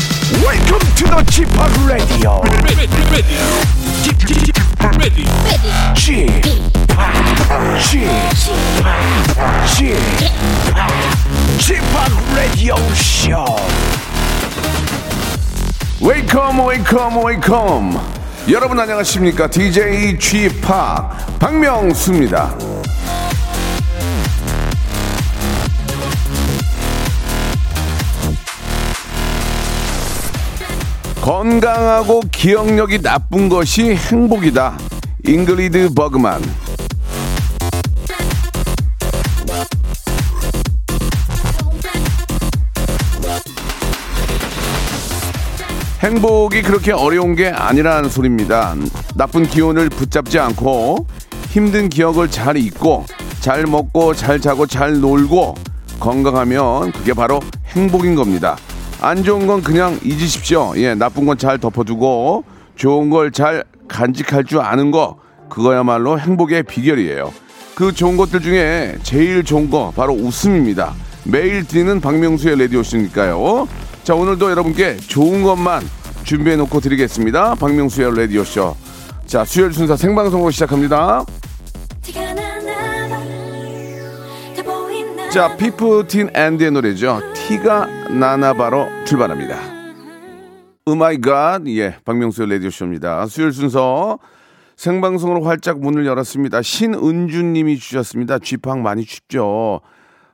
Welcome to the g p o p Radio. ready, ready, ready, ready. g p o p G-POP, G-POP Radio Show. 웨이컴 웨이컴 웨이컴 여러분 안녕하십니까 DJ g p o 박명수입니다 건강하고 기억력이 나쁜 것이 행복이다 잉그리드 버그만 행복이 그렇게 어려운 게 아니라는 소리입니다. 나쁜 기운을 붙잡지 않고 힘든 기억을 잘 잊고 잘 먹고 잘 자고 잘 놀고 건강하면 그게 바로 행복인 겁니다. 안 좋은 건 그냥 잊으십시오. 예, 나쁜 건 잘 덮어두고 좋은 걸 잘 간직할 줄 아는 거 그거야말로 행복의 비결이에요. 그 좋은 것들 중에 제일 좋은 거 바로 웃음입니다. 매일 드리는 박명수의 라디오쇼니까요. 자 오늘도 여러분께 좋은 것만 준비해 놓고 드리겠습니다. 박명수의 라디오쇼. 자 수요일 순서 생방송으로 시작합니다. 티가 나나 봐. 다 보이나 자 피프틴 앤드의 노래죠. 티가 나나바로 출발합니다. 음마이갓 예 박명수의 라디오쇼입니다. 수요일 순서 생방송으로 활짝 문을 열었습니다. 신은주님이 주셨습니다. 쥐팡 많이 춥죠.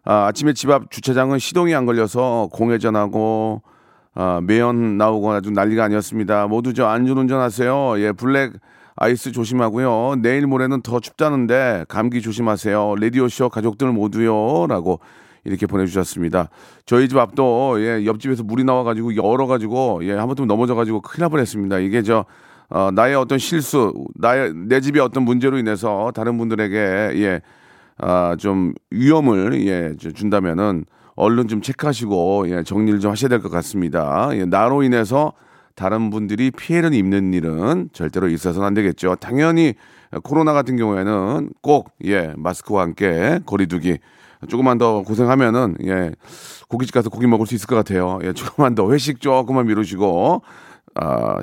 아, 아침에 집 앞 주차장은 시동이 안 걸려서 공회전하고 아, 매연 나오고 아주 난리가 아니었습니다. 모두 저 안전운전하세요. 예, 블랙 아이스 조심하고요. 내일 모레는 더 춥다는데 감기 조심하세요. 라디오 쇼 가족들 모두요라고 이렇게 보내주셨습니다. 저희 집 앞도 예, 옆집에서 물이 나와가지고 이게 얼어가지고 예, 한번쯤 넘어져가지고 큰일 날 뻔했습니다. 이게 저 어, 나의 어떤 실수, 나의 내 집의 어떤 문제로 인해서 다른 분들에게 예, 아, 좀 위험을 예, 저- 준다면은 얼른 좀 체크하시고 예, 정리를 좀 하셔야 될 것 같습니다. 예, 나로 인해서 다른 분들이 피해를 입는 일은 절대로 있어서는 안 되겠죠. 당연히 코로나 같은 경우에는 꼭 예, 마스크와 함께 거리두기 조금만 더 고생하면은 예, 고깃집 가서 고기 먹을 수 있을 것 같아요. 예, 조금만 더 회식 조금만 미루시고 아,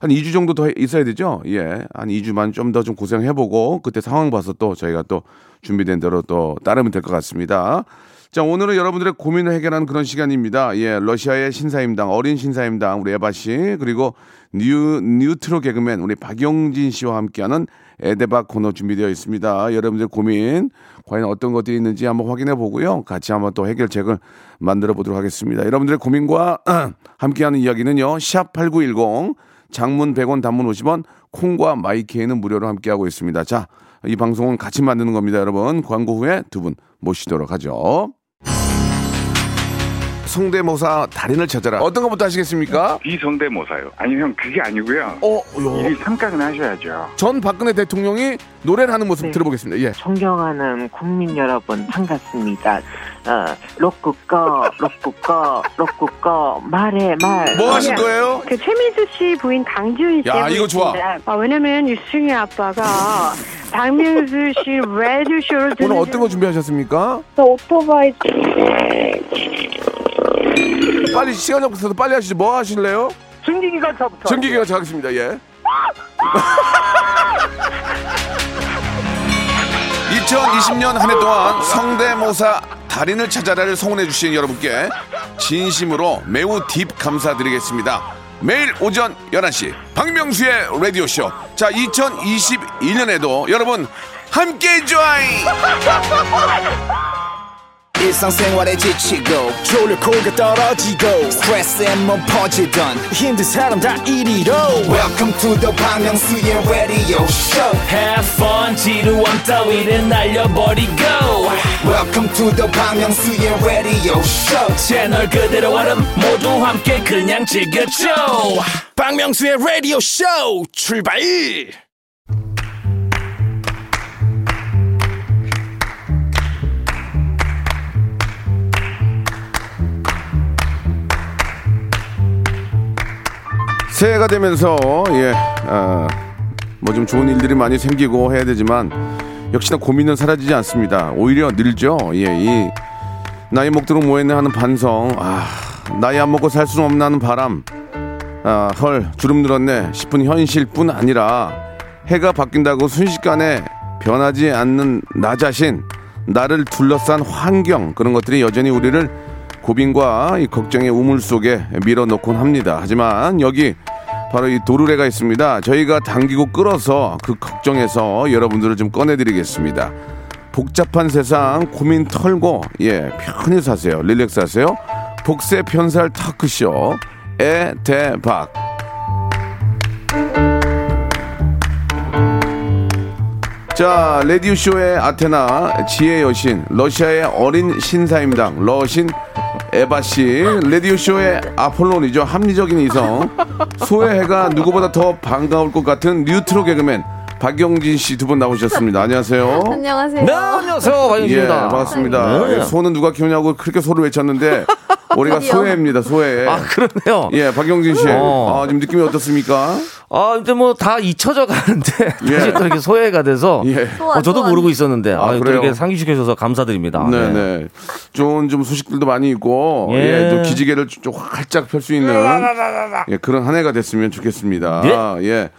한 2주 정도 더 있어야 되죠? 예. 한 2주만 좀 더 좀 고생해보고, 그때 상황 봐서 또 저희가 또 준비된 대로 또 따르면 될 것 같습니다. 자, 오늘은 여러분들의 고민을 해결하는 그런 시간입니다. 예. 러시아의 신사임당, 어린 신사임당, 우리 에바씨, 그리고 뉴, 뉴트로 개그맨, 우리 박영진 씨와 함께하는 에데바 코너 준비되어 있습니다. 여러분들 고민, 과연 어떤 것들이 있는지 한번 확인해 보고요. 같이 한번 또 해결책을 만들어 보도록 하겠습니다. 여러분들의 고민과 함께하는 이야기는요. 샵8910 장문 100원 단문 50원 콩과 마이케이는 무료로 함께하고 있습니다. 자, 이 방송은 같이 만드는 겁니다, 여러분. 광고 후에 두 분 모시도록 하죠. 성대모사 달인을 찾아라. 어떤 것부터 하시겠습니까? 비성대모사요. 아니 형 그게 아니고요. 어, 요. 일일 삼각은 하셔야죠. 전 박근혜 대통령이 노래를 하는 모습 들어보겠습니다. 예. 존경하는 국민 여러분 반갑습니다. 어, 로꾸꺼, 로꾸꺼, 로꾸꺼, 말해 말. 뭐 하실 거예요? 그 최민수 씨 부인 강지훈 씨. 야, 이거 좋아. 아, 왜냐면 유승희 아빠가 박명수 씨 레드쇼를 오늘 어떤 거 준비하셨습니까? 오토바이 빨리 시간이 없어서 빨리 하시죠. 뭐 하실래요? 전기기관차부터. 전기기관차 하겠습니다. 예. 2020년 한 해 동안 성대모사 달인을 찾아라를 성원해 주신 여러분께 진심으로 매우 딥 감사드리겠습니다. 매일 오전 11시 박명수의 라디오 쇼. 자, 2021년에도 여러분 함께 join. 일상생활에 지치고, 졸려 코가 떨어지고, 스트레스에 몸 퍼지던, 힘든 사람 다 이리로. welcome to the Bang Myung-soo's radio show Have fun 지루함 따위를 날려버리고 welcome to the Bang Myung-soo's radio show 채널 그대로 얼음 모두 함께 그냥 즐겨줘 박명수의 라디오 쇼 출발 새해가 되면서 예, 뭐 좀 좋은 일들이 많이 생기고 해야 되지만 역시나 고민은 사라지지 않습니다. 오히려 늘죠. 예, 이 나이 먹도록 뭐했네 하는 반성, 아, 나이 안 먹고 살 수는 없나는 바람, 아, 헐 주름 늘었네 싶은 현실뿐 아니라 해가 바뀐다고 순식간에 변하지 않는 나 자신 나를 둘러싼 환경 그런 것들이 여전히 우리를 고민과 이 걱정의 우물 속에 밀어넣곤 합니다 하지만 여기 바로 이 도르래가 있습니다 저희가 당기고 끌어서 그 걱정에서 여러분들을 좀 꺼내드리겠습니다 복잡한 세상 고민 털고 예 편히 사세요 릴렉스 하세요 복세 편살 타크쇼 의 대박 자 레디오쇼의 아테나 지혜 여신 러시아의 어린 신사임당 러신 에바씨 레디오쇼의 아폴론이죠 합리적인 이성 소의 해가 누구보다 더 반가울 것 같은 뉴트로 개그맨 박영진씨 두 분 나오셨습니다 안녕하세요 안녕하세요. 네, 안녕하세요. 예, 반갑습니다. 반갑습니다. 네. 예, 소는 누가 키우냐고 그렇게 소를 외쳤는데 우리가 아니요. 소해입니다. 소해. 아, 그러네요. 예, 박영진 씨. 어. 아, 지금 느낌이 어떻습니까? 아, 근데 뭐 다 잊혀져 가는데 예. 다시 또 이렇게 소외가 돼서 예. 어, 저도 소환. 모르고 있었는데 아, 아, 또 그래요? 이렇게 상기시켜 주셔서 감사드립니다. 네, 네. 좋은 좀 소식들도 많이 있고 예, 예. 좀 기지개를 좀, 좀 활짝 펼 수 있는 네, 예, 그런 한 해가 됐으면 좋겠습니다. 예? 아, 예.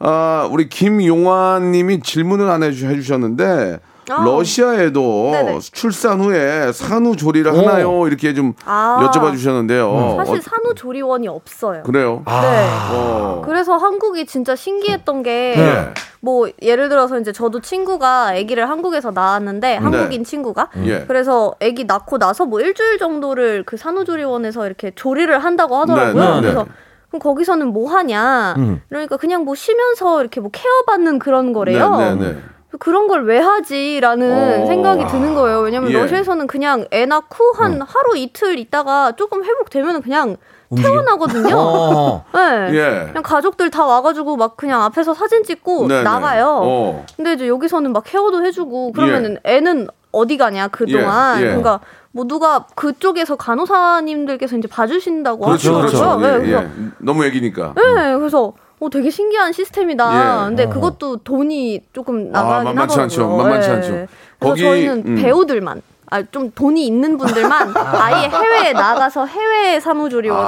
아, 우리 김용환 님이 질문을 하나 해주- 해주셨는데 아. 러시아에도 네네. 출산 후에 산후조리를 하나요? 이렇게 좀 아. 여쭤봐 주셨는데요. 음. 사실 어, 산후조리원이 없어요. 그래요? 아. 네. 어. 그래서 한국이 진짜 신기했던 게 네. 뭐 예를 들어서 이제 저도 친구가 아기를 한국에서 네. 낳았는데 한국인 친구가 네. 예. 그래서 아기 낳고 나서 뭐 일주일 정도를 그 산후조리원에서 이렇게 조리를 한다고 하더라고요. 네, 음. 네, 네. 그래서 그럼 거기서는 뭐 하냐? 그러니까 그냥 뭐 쉬면서 이렇게 뭐 케어받는 그런 거래요. 네, 네, 네. 그런 걸 왜 하지라는 어. 생각이 드는 거예요. 왜냐면 예. 어. 러시아에서는 그냥 애 낳고 한 하루 이틀 있다가 조금 회복되면 그냥 움직여? 태어나거든요. 어. 네. 예. 그냥 가족들 다 와가지고 막 그냥 앞에서 사진 찍고 네네. 나가요. 어. 근데 이제 여기서는 막 케어도 해주고 그러면은 애는 어디 가냐 그 동안 예, 예. 그러니까 뭐 누가 그쪽에서 간호사님들께서 이제 봐주신다고 그렇죠, 하시더라고요. 그렇죠. 네, 예, 그래서 예. 너무 애기니까. 네, 그래서 어, 되게 신기한 시스템이다. 예. 아, 근데 그것도 돈이 조금 나가긴 만만치 하더라고요. 않죠. 만만치 예. 않죠. 그래서 거기, 저희는 음. 배우들만 아, 좀 돈이 있는 분들만 아예 해외에 나가서 해외 사무조리원을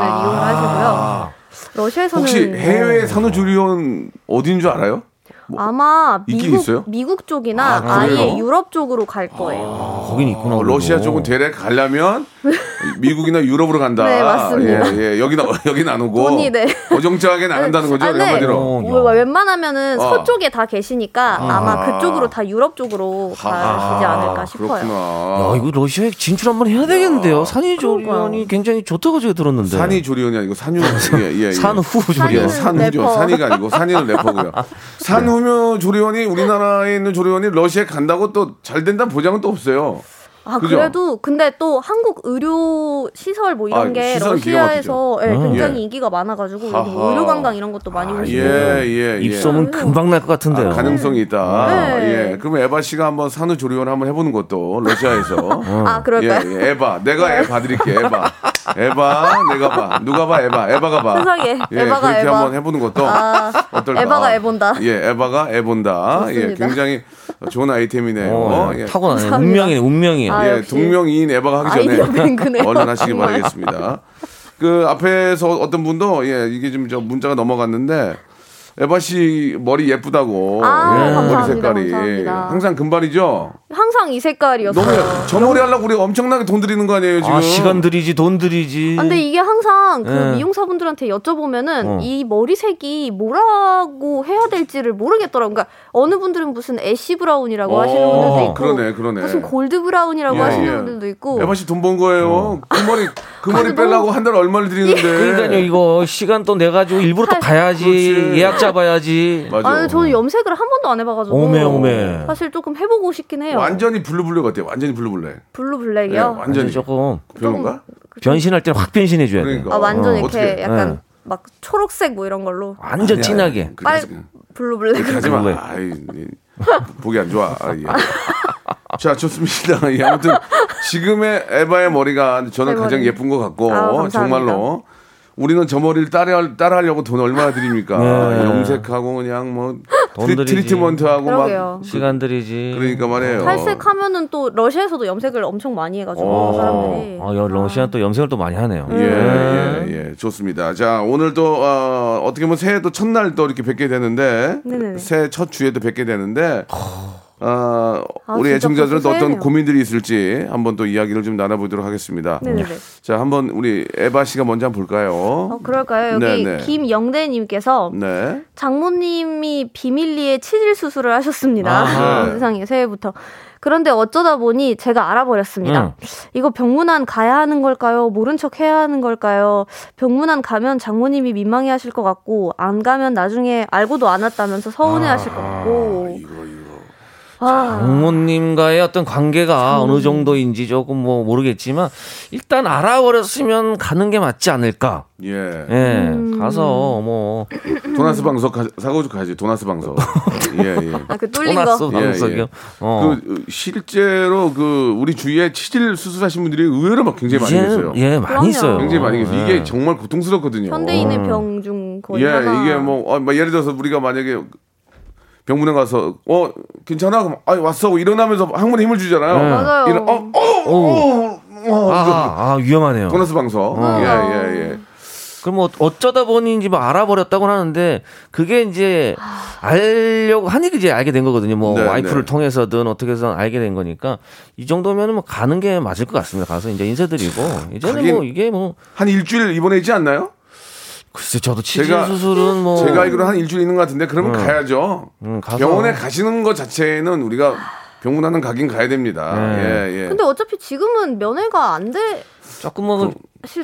이용하시고요. 러시아에서는 아. 네. 혹시 해외 산후조리원 어딘 줄 알아요? 아마 있긴 미국 있어요? 미국 아, 쪽이나 아, 그래요? 예 유럽 쪽으로 갈 거예요. 거긴 있구나. 어, 러시아 그래도. 쪽은 대략 가려면 미국이나 유럽으로 간다. 네, 맞습니다. 예, 예. 여긴 여긴 안 오고 돈이, 네. 어정쩡하게 안 한다는 거죠. 아, 네. 한마디로. 어, 뭐, 웬만하면은 어. 서쪽에 다 계시니까 아마 그쪽으로 다 유럽 쪽으로 가시지 아, 않을까 싶어요. 아. 그렇구나. 야, 이거 러시아에 진출 한번 해야 되겠는데요. 산후조리원이 굉장히 좋다고 제가 들었는데. 산이 조리원이 아니고 산유 예, 예, 예. 네. 산후조리원. 예, 산후죠. 래퍼. 산이가 아니고 산이는 래퍼고요. 산후묘 조리원이 우리나라에 있는 조리원이 러시아에 간다고 또 잘 된다는 보장은 또 없어요. 아 그죠? 그래도 근데 또 한국 의료 시설 뭐 이런 아, 게 시설은 기가 러시아에서 예, 굉장히 예. 인기가 많아가지고 아하. 여기 뭐 의료 관광 이런 것도 많이 아, 오시고 예, 예, 예. 입소문 예. 금방 날 것 아, 같은데요. 가능성이 있다. 네. 예. 그럼 에바 씨가 한번 산후 조리원 한번 해보는 것도 러시아에서. 아 예, 그럴까요? 네. 예, 에바. 내가 에바 드릴게. 에바. 에바. 내가 봐. 누가 봐. 에바. 에바가 봐. 세상에. 예, 에바가 그렇게 에바. 한번 해보는 것도 아, 어떨까? 에바가 에본다. 예, 에바가 에본다. 예, 좋습니다. 굉장히 좋은 아이템이네요. 어, 예. 타고나네. 감사합니다. 운명이네, 운명이에요. 아, 예, 역시. 동명이인 에바가 하기 전에 아이디어 뱅크네요. 얼른 하시기 정말. 바라겠습니다. 그 앞에서 어떤 분도 예 이게 지금 저 문자가 넘어갔는데 에바 씨 머리 예쁘다고 아, 예, 감사합니다, 머리 색깔이 감사합니다. 예, 항상 금발이죠. 항상 이 색깔이었어요. 너무 저 머리 하려고 우리 엄청나게 돈 드리는 거 아니에요 지금? 아, 시간 들이지, 돈 들이지. 아, 근데 이게 항상 그 예. 미용사분들한테 여쭤보면은 어. 이 머리색이 뭐라고 해야 될지를 모르겠더라고요. 그러니까 어느 분들은 무슨 애쉬 브라운이라고 하시는 분들도 있고 어, 그러네 그러네. 무슨 골드 브라운이라고 예, 하시는 예. 분들도 있고 에바 씨 돈 번 거예요. 그 머리 그 머리 아니, 빼려고 한 달 얼마를 드리는데? 어. 예. 그러니까요, 이거 시간 또 내가지고 일부러 또 가야지. 네. 그렇지. 예약 잡아야지. 맞아. 아니 저는 염색을 한 번도 안 해봐가지고 오메, 오메. 사실 조금 해보고 싶긴 해요. 완전히 블루블루 같아요. 완전히 블루블랙. 블루 예, 블랙이요. 완전히 조금 별론가? 그러니까. 변신할 때는 확 변신해줘야 돼. 그러니까. 아 완전 어, 이렇게 어떻게- 아, 약간 예. 막 초록색 뭐 이런 걸로 완전 진하게. 빨 그렇게 블루 블랙. 하지 마. 그래. 아이, 이, 보기 안 좋아. 아, 예. 자, 좋습니다. 예, 아무튼 지금의 에바의 머리가 저는 제 가장 머리. 예쁜 것 같고 아, 감사합니다. 정말로 우리는 저 머리를 따라 따라하려고 돈 얼마나 드립니까? 네. 염색하고 그냥 뭐 트리, 돈들이지. 트리트먼트하고 그러게요. 막 시간들이지. 그러니까 말이에요. 탈색하면은 또 러시아에서도 염색을 엄청 많이 해가지고 어. 사람들이 아, 여- 러시아는 또 염색을 또 많이 하네요. 예, 예, 예. 좋습니다. 자, 오늘 또, 어, 어떻게 보면 새해 또 첫날 또 이렇게 뵙게 되는데, 네네네. 새해 첫 주에도 뵙게 되는데, 어, 아, 우리 진짜 애청자들은 또 벌써 어떤 새해네요. 고민들이 있을지 한번 또 이야기를 좀 나눠보도록 하겠습니다. 네네네. 자, 한번 우리 에바 씨가 먼저 한번 볼까요? 어, 그 그럴까요? 여기 네네. 김영대님께서 네. 장모님이 비밀리에 치질 수술을 아하. 하셨습니다. 네. 세상에 새해부터. 그런데 어쩌다 보니 제가 음. 알아버렸습니다. 이거 병문안 가야 하는 걸까요? 모른 척 해야 하는 걸까요? 병문안 가면 장모님이 민망해 하실 것 같고 안 가면 나중에 알고도 안 왔다면서 아, 서운해 하실 것 같고. 아, 부모님과의 어떤 관계가 어느 정도인지 조금 뭐 모르겠지만 일단 알아버렸으면 가는 게 맞지 않을까. 예. 예, 음. 가서 뭐 도나스 방석 가- 사고 좀 가야지, 도나스 방석. 예, 예. 아, 그 뚫린 거. 도나스 방석이요? 어. 그, 어, 실제로 그 우리 주위에 치질 수술하신 분들이 의외로 막 굉장히 많이 이제는, 계세요. 예, 많이 그럼요. 있어요. 굉장히 많이 계세요. 이게 예. 정말 고통스럽거든요. 음. 현대인의 병 중 거의 예, 하나. 이게 뭐, 어, 뭐 예를 들어서 우리가 만약에 병문에 가서 어 괜찮아 그럼 아 왔어 하고 일어나면서 항문에 힘을 주잖아요. 네. 맞아요. 일어, 어, 어, 어, 어, 아, 아, 위험하네요. 보너스 방석. 어. 예, 예, 예. 그럼 뭐 어쩌다 보니 이제 뭐 알아버렸다고 하는데 그게 이제 아. 알려고 한 일이 이제 알게 된 거거든요. 뭐 네, 와이프를 네. 통해서든 어떻게 해서든 알게 된 거니까 이 정도면 뭐 가는 게 맞을 것 같습니다. 가서 이제 인사드리고 이제는 하긴 뭐 이게 뭐 한 일주일 입원했지 않나요? 글쎄 저도 치질 수술은 뭐 제가 알기로 한 일주일 있는 것 같은데 그러면 음. 가야죠. 음, 가서. 병원에 가시는 것 자체는 우리가 병문안은 가긴 가야 됩니다. 네. 예, 예. 근데 어차피 지금은 면회가 안 되실 조금은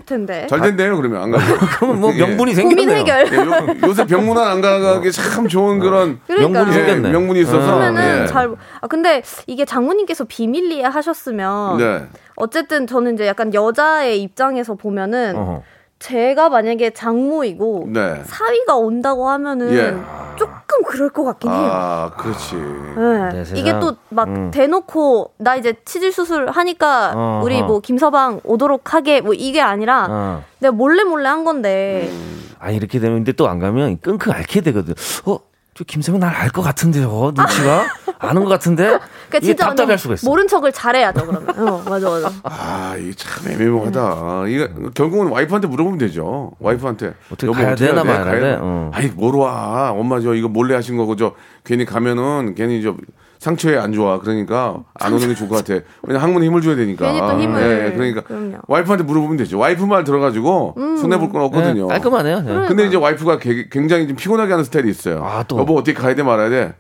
텐데. 잘 된대요 그러면 안 가요. 그러면 뭐 고민 명분이 생겼네요. 해결. 요, 요새 병문안 안 가기 참 좋은 그런 그러니까요. 명분이 어. 생겼네. 예, 명분이 있어서 그러면은 예. 잘. 아 근데 이게 장모님께서 비밀리에 하셨으면 네. 어쨌든 저는 이제 약간 여자의 입장에서 보면은 어허. 제가 만약에 장모이고 네. 사위가 온다고 하면은 예. 조금 그럴 것 같긴 해요. 아, 그렇지. 예. 네, 세상. 이게 또 막 음. 대놓고 나 이제 치질 수술 하니까 어허. 우리 뭐 김서방 오도록 하게 뭐 이게 아니라 어. 내가 몰래 몰래 한 건데 아 이렇게 되면 근데 또 안 가면 끙끙 앓게 되거든. 어? 저 김세훈 날알 것 같은데요. 눈치가 아는 것 같은데. 그러니까 이게 진짜 완전 답답할 수가 있어. 모른 척을 잘해야죠 그러면. 어, 맞아 맞아. 아, 이게 참 애매모호하다. 이거 결국은 와이프한테 물어보면 되죠. 와이프한테 어떻게 여보, 가야 어떻게 해야 되나 돼? 말아야 가야 돼? 돼? 어. 아니, 뭐로 와. 엄마 저 이거 몰래 하신 거고 저 괜히 가면은 괜히 저 상처에 안 좋아. 그러니까 안 오는 게 좋을 것 같아. 왜냐면 항문에 힘을 줘야 되니까. 괜히 또 힘을. 예, 예, 그러니까 그럼요. 와이프한테 물어보면 되죠. 와이프 말 들어가지고 손해 볼 건 없거든요. 네, 깔끔하네요. 음. 네. 근데 이제 와이프가 개- 굉장히 좀 피곤하게 하는 스타일이 있어요. 아, 또. 여보 어떻게 가야 돼 말아야 돼?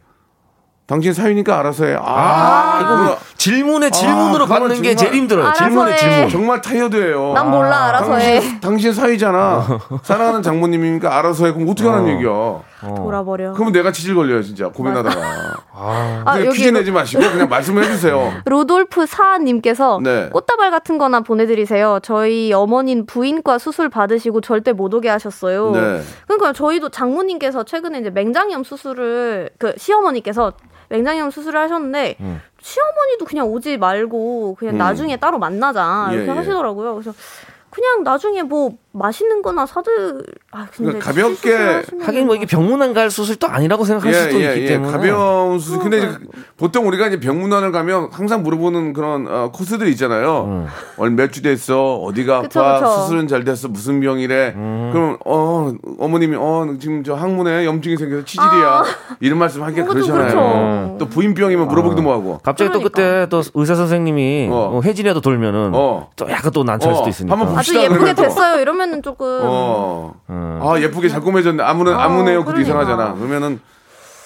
당신 사위니까 알아서 해. 아, 이거 질문에 질문으로 아, 그거는 받는 게 정말- 제일 힘들어요. 알아서 질문에 해. 질문. 정말 타이어드예요. 난 몰라 알아서 해. 당신, 당신 사위잖아. 사랑하는 장모님이니까 알아서 해. 그럼 어떻게 하는 얘기야? 돌아버려. 그러면 내가 치질 걸려요, 진짜. 고민하다가. 아, 그냥 여기 퀴즈 내지 마시고 그냥 말씀해 주세요. 로돌프 사님께서 네. 꽃다발 같은 거나 보내드리세요. 저희 어머님 부인과 수술 받으시고 절대 못 오게 하셨어요. 네. 그러니까 저희도 장모님께서 최근에 이제 맹장염 수술을 그 시어머니께서 맹장염 수술을 하셨는데 시어머니도 그냥 오지 말고 그냥 음. 나중에 따로 만나자 예, 이렇게 예. 하시더라고요. 그래서 그냥 나중에 뭐 맛있는 거나 사들 아 근데 그러니까 가볍게 수술 하시면은 하긴 뭐 이게 병문안 갈 수술도 아니라고 생각할 수도 있기 때문에. 예, 가벼운 수 근데 이제 보통 우리가 이제 병문안을 가면 항상 물어보는 그런 어, 코스들이 있잖아요. 음. 오늘 몇 주 됐어? 어디가 그쵸, 아파? 그쵸. 수술은 잘 됐어? 무슨 병이래? 음. 그럼 어 어머님이 어 지금 저 항문에 염증이 생겨서 치질이야. 이런 말씀 하기가 뭔가 좀 그렇잖아요. 아. 그렇죠. 또 부인병이면 물어보기도 아. 뭐하고. 갑자기 또 그러니까. 그때 또 의사 선생님이 어. 어, 혜진이라도 돌면은 어. 또 약간 또 난처할 어, 수도 있으니까. 한번 봅시다. 아주 예쁘게 그러면 또. 됐어요 이러면은 조금 어. 음. 아 예쁘게 잘 꾸며졌네. 아무는 아무네요. 그것도 그러니까. 이상하잖아. 그러면은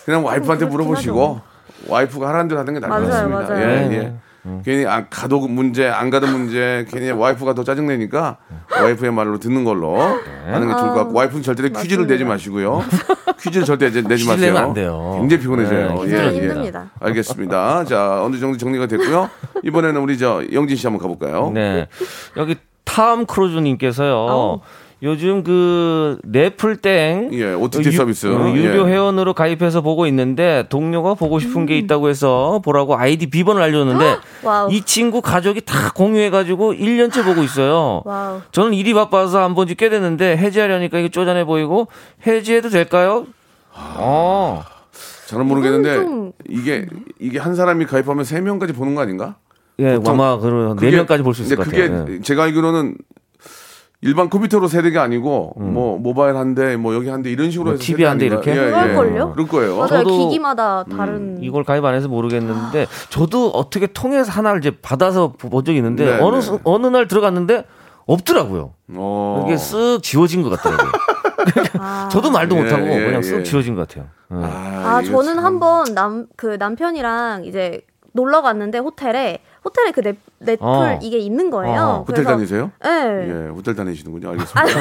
그냥 와이프한테 물어보시고 와이프가 하라는 대로 하는 게 나을 것 맞아요, 같습니다. 맞아요. 네. 예, 예. 괜히 안 가도 문제, 안 가도 문제, 괜히 와이프가 더 짜증 내니까 와이프의 말로 듣는 걸로 네. 하는 게 좋을 것 같고 아, 와이프는 절대로 퀴즈를 내지 마시고요. 퀴즈를 절대 이제 내지 퀴즈를 마세요. 내면 안 돼요. 굉장히 피곤해져요. 예, 네, 굉장히 힘듭니다. 알겠습니다. 자 어느 정도 정리가 됐고요. 이번에는 우리 저 영진 씨 한번 가볼까요? 네. 여기 탐 크루즈님께서요. 요즘 그 넷플땡 예, OTT 서비스. 어, 예. 유료 음. 회원으로 가입해서 보고 있는데 동료가 보고 싶은 게 있다고 해서 보라고 아이디 비번을 알려줬는데 와우. 이 친구 가족이 다 공유해가지고 1년째 보고 있어요. 와우. 저는 일이 바빠서 안 본 지 꽤 아. 됐는데 해지하려니까 이게 쪼잔해 보이고 해지해도 될까요? 어. 잘은 모르겠는데 좀- 이게 이게 한 사람이 가입하면 세 명까지 보는 거 아닌가? 예, 보통 아마 그런 네 그게- 명까지 볼 수 있을 것 근데 같아요. 그게 예. 제가 알기로는 일반 컴퓨터로 세 대가 아니고 뭐 모바일 한 대, 뭐 여기 한 대 이런 식으로 음. 뭐 해서 TV 세대가 한대 아닌가? 이렇게? 예, 예. 그럴걸요? 그럴 거예요. 맞아요. 저도- 음, 기기마다 다른. 이걸 가입 안 해서 모르겠는데 저도 어떻게 통해서 하나를 이제 받아서 본 적이 있는데 네, 어느 네. 수- 어느 날 들어갔는데 없더라고요. 어. 이게 쓱 지워진 것 같더라고요. 저도 말도 예, 못하고 예, 그냥 예. 쓱 지워진 것 같아요. 예. 아, 저는 한 번 남, 그 남편이랑 이제 놀러 갔는데 호텔에, 호텔에 그 넷, 넷플 어. 이게 있는 거예요. 호텔 그래서- 다니세요? 네. 아, 예, 호텔 다니시는군요. 알겠습니다.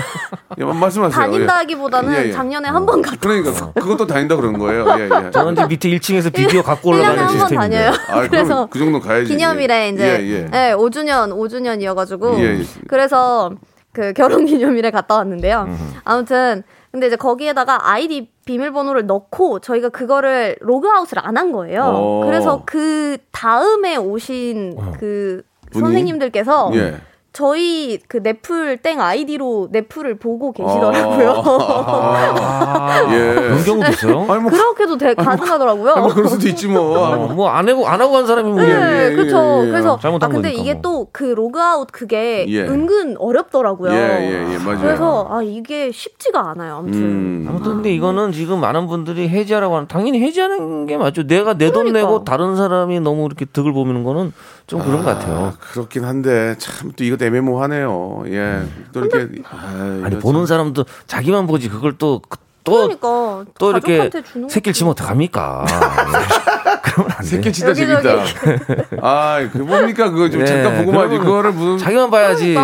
예, 말씀하세요. 다닌다기보다는 예, 예. 작년에 한 번 갔다. 그러니까 그- 그것도 다닌다 그러는 거예요. 예, 예. 저는 이제 밑에 1층에서 비디오 갖고 일 년에 올라가는 한번 시스템인데. 다녀요. 아, 그래서 그럼 그 정도 가야지. 기념일에 예. 이제 예, 예. 예, 5주년 5주년이어가지고 예, 예. 그래서 그 결혼 기념일에 갔다 왔는데요. 아무튼 근데 이제 거기에다가 아이디 비밀번호를 넣고 저희가 그거를 로그아웃을 안 한 거예요. 어. 그래서 그 다음에 오신 그 분이? 선생님들께서 예. 저희 그 넷플 땡 아이디로 넷플을 보고 계시더라고요. 아, 예. 그런 경우도 있어요? 뭐 그렇게도 되, 가능하더라고요. 아니, 뭐 그럴 수도 있지 어. 뭐. 뭐 안 하고 안 하고 간 사람이 뭐. 네, 그렇죠. 그래서 아 잘못한 근데 거니까. 이게 또 그 로그아웃 그게 예. 은근 어렵더라고요. 예, 예, 예, 맞아요. 그래서 아 이게 쉽지가 않아요. 아무튼 음. 아무튼 근데 이거는 지금 많은 분들이 해지하라고 하는 당연히 해지하는 게 맞죠. 내가 내 돈 그러니까. 내고 다른 사람이 너무 이렇게 득을 보미는 거는 좀 그런 것 같아요. 그렇긴 한데 참 또 이거 애매모하네요. 예. 또 이렇게 아, 아니 보는 사람도 자기만 보지 그걸 또 또 또 그러니까 이렇게 가족한테 주는 새끼를 치면 어떡합니까? 그러면 안 돼. 새끼 진짜 재밌다. 아, 그 뭡니까 그거 좀 네, 잠깐 보고만 하지. 그러면 그거를 무슨 자기만 봐야지.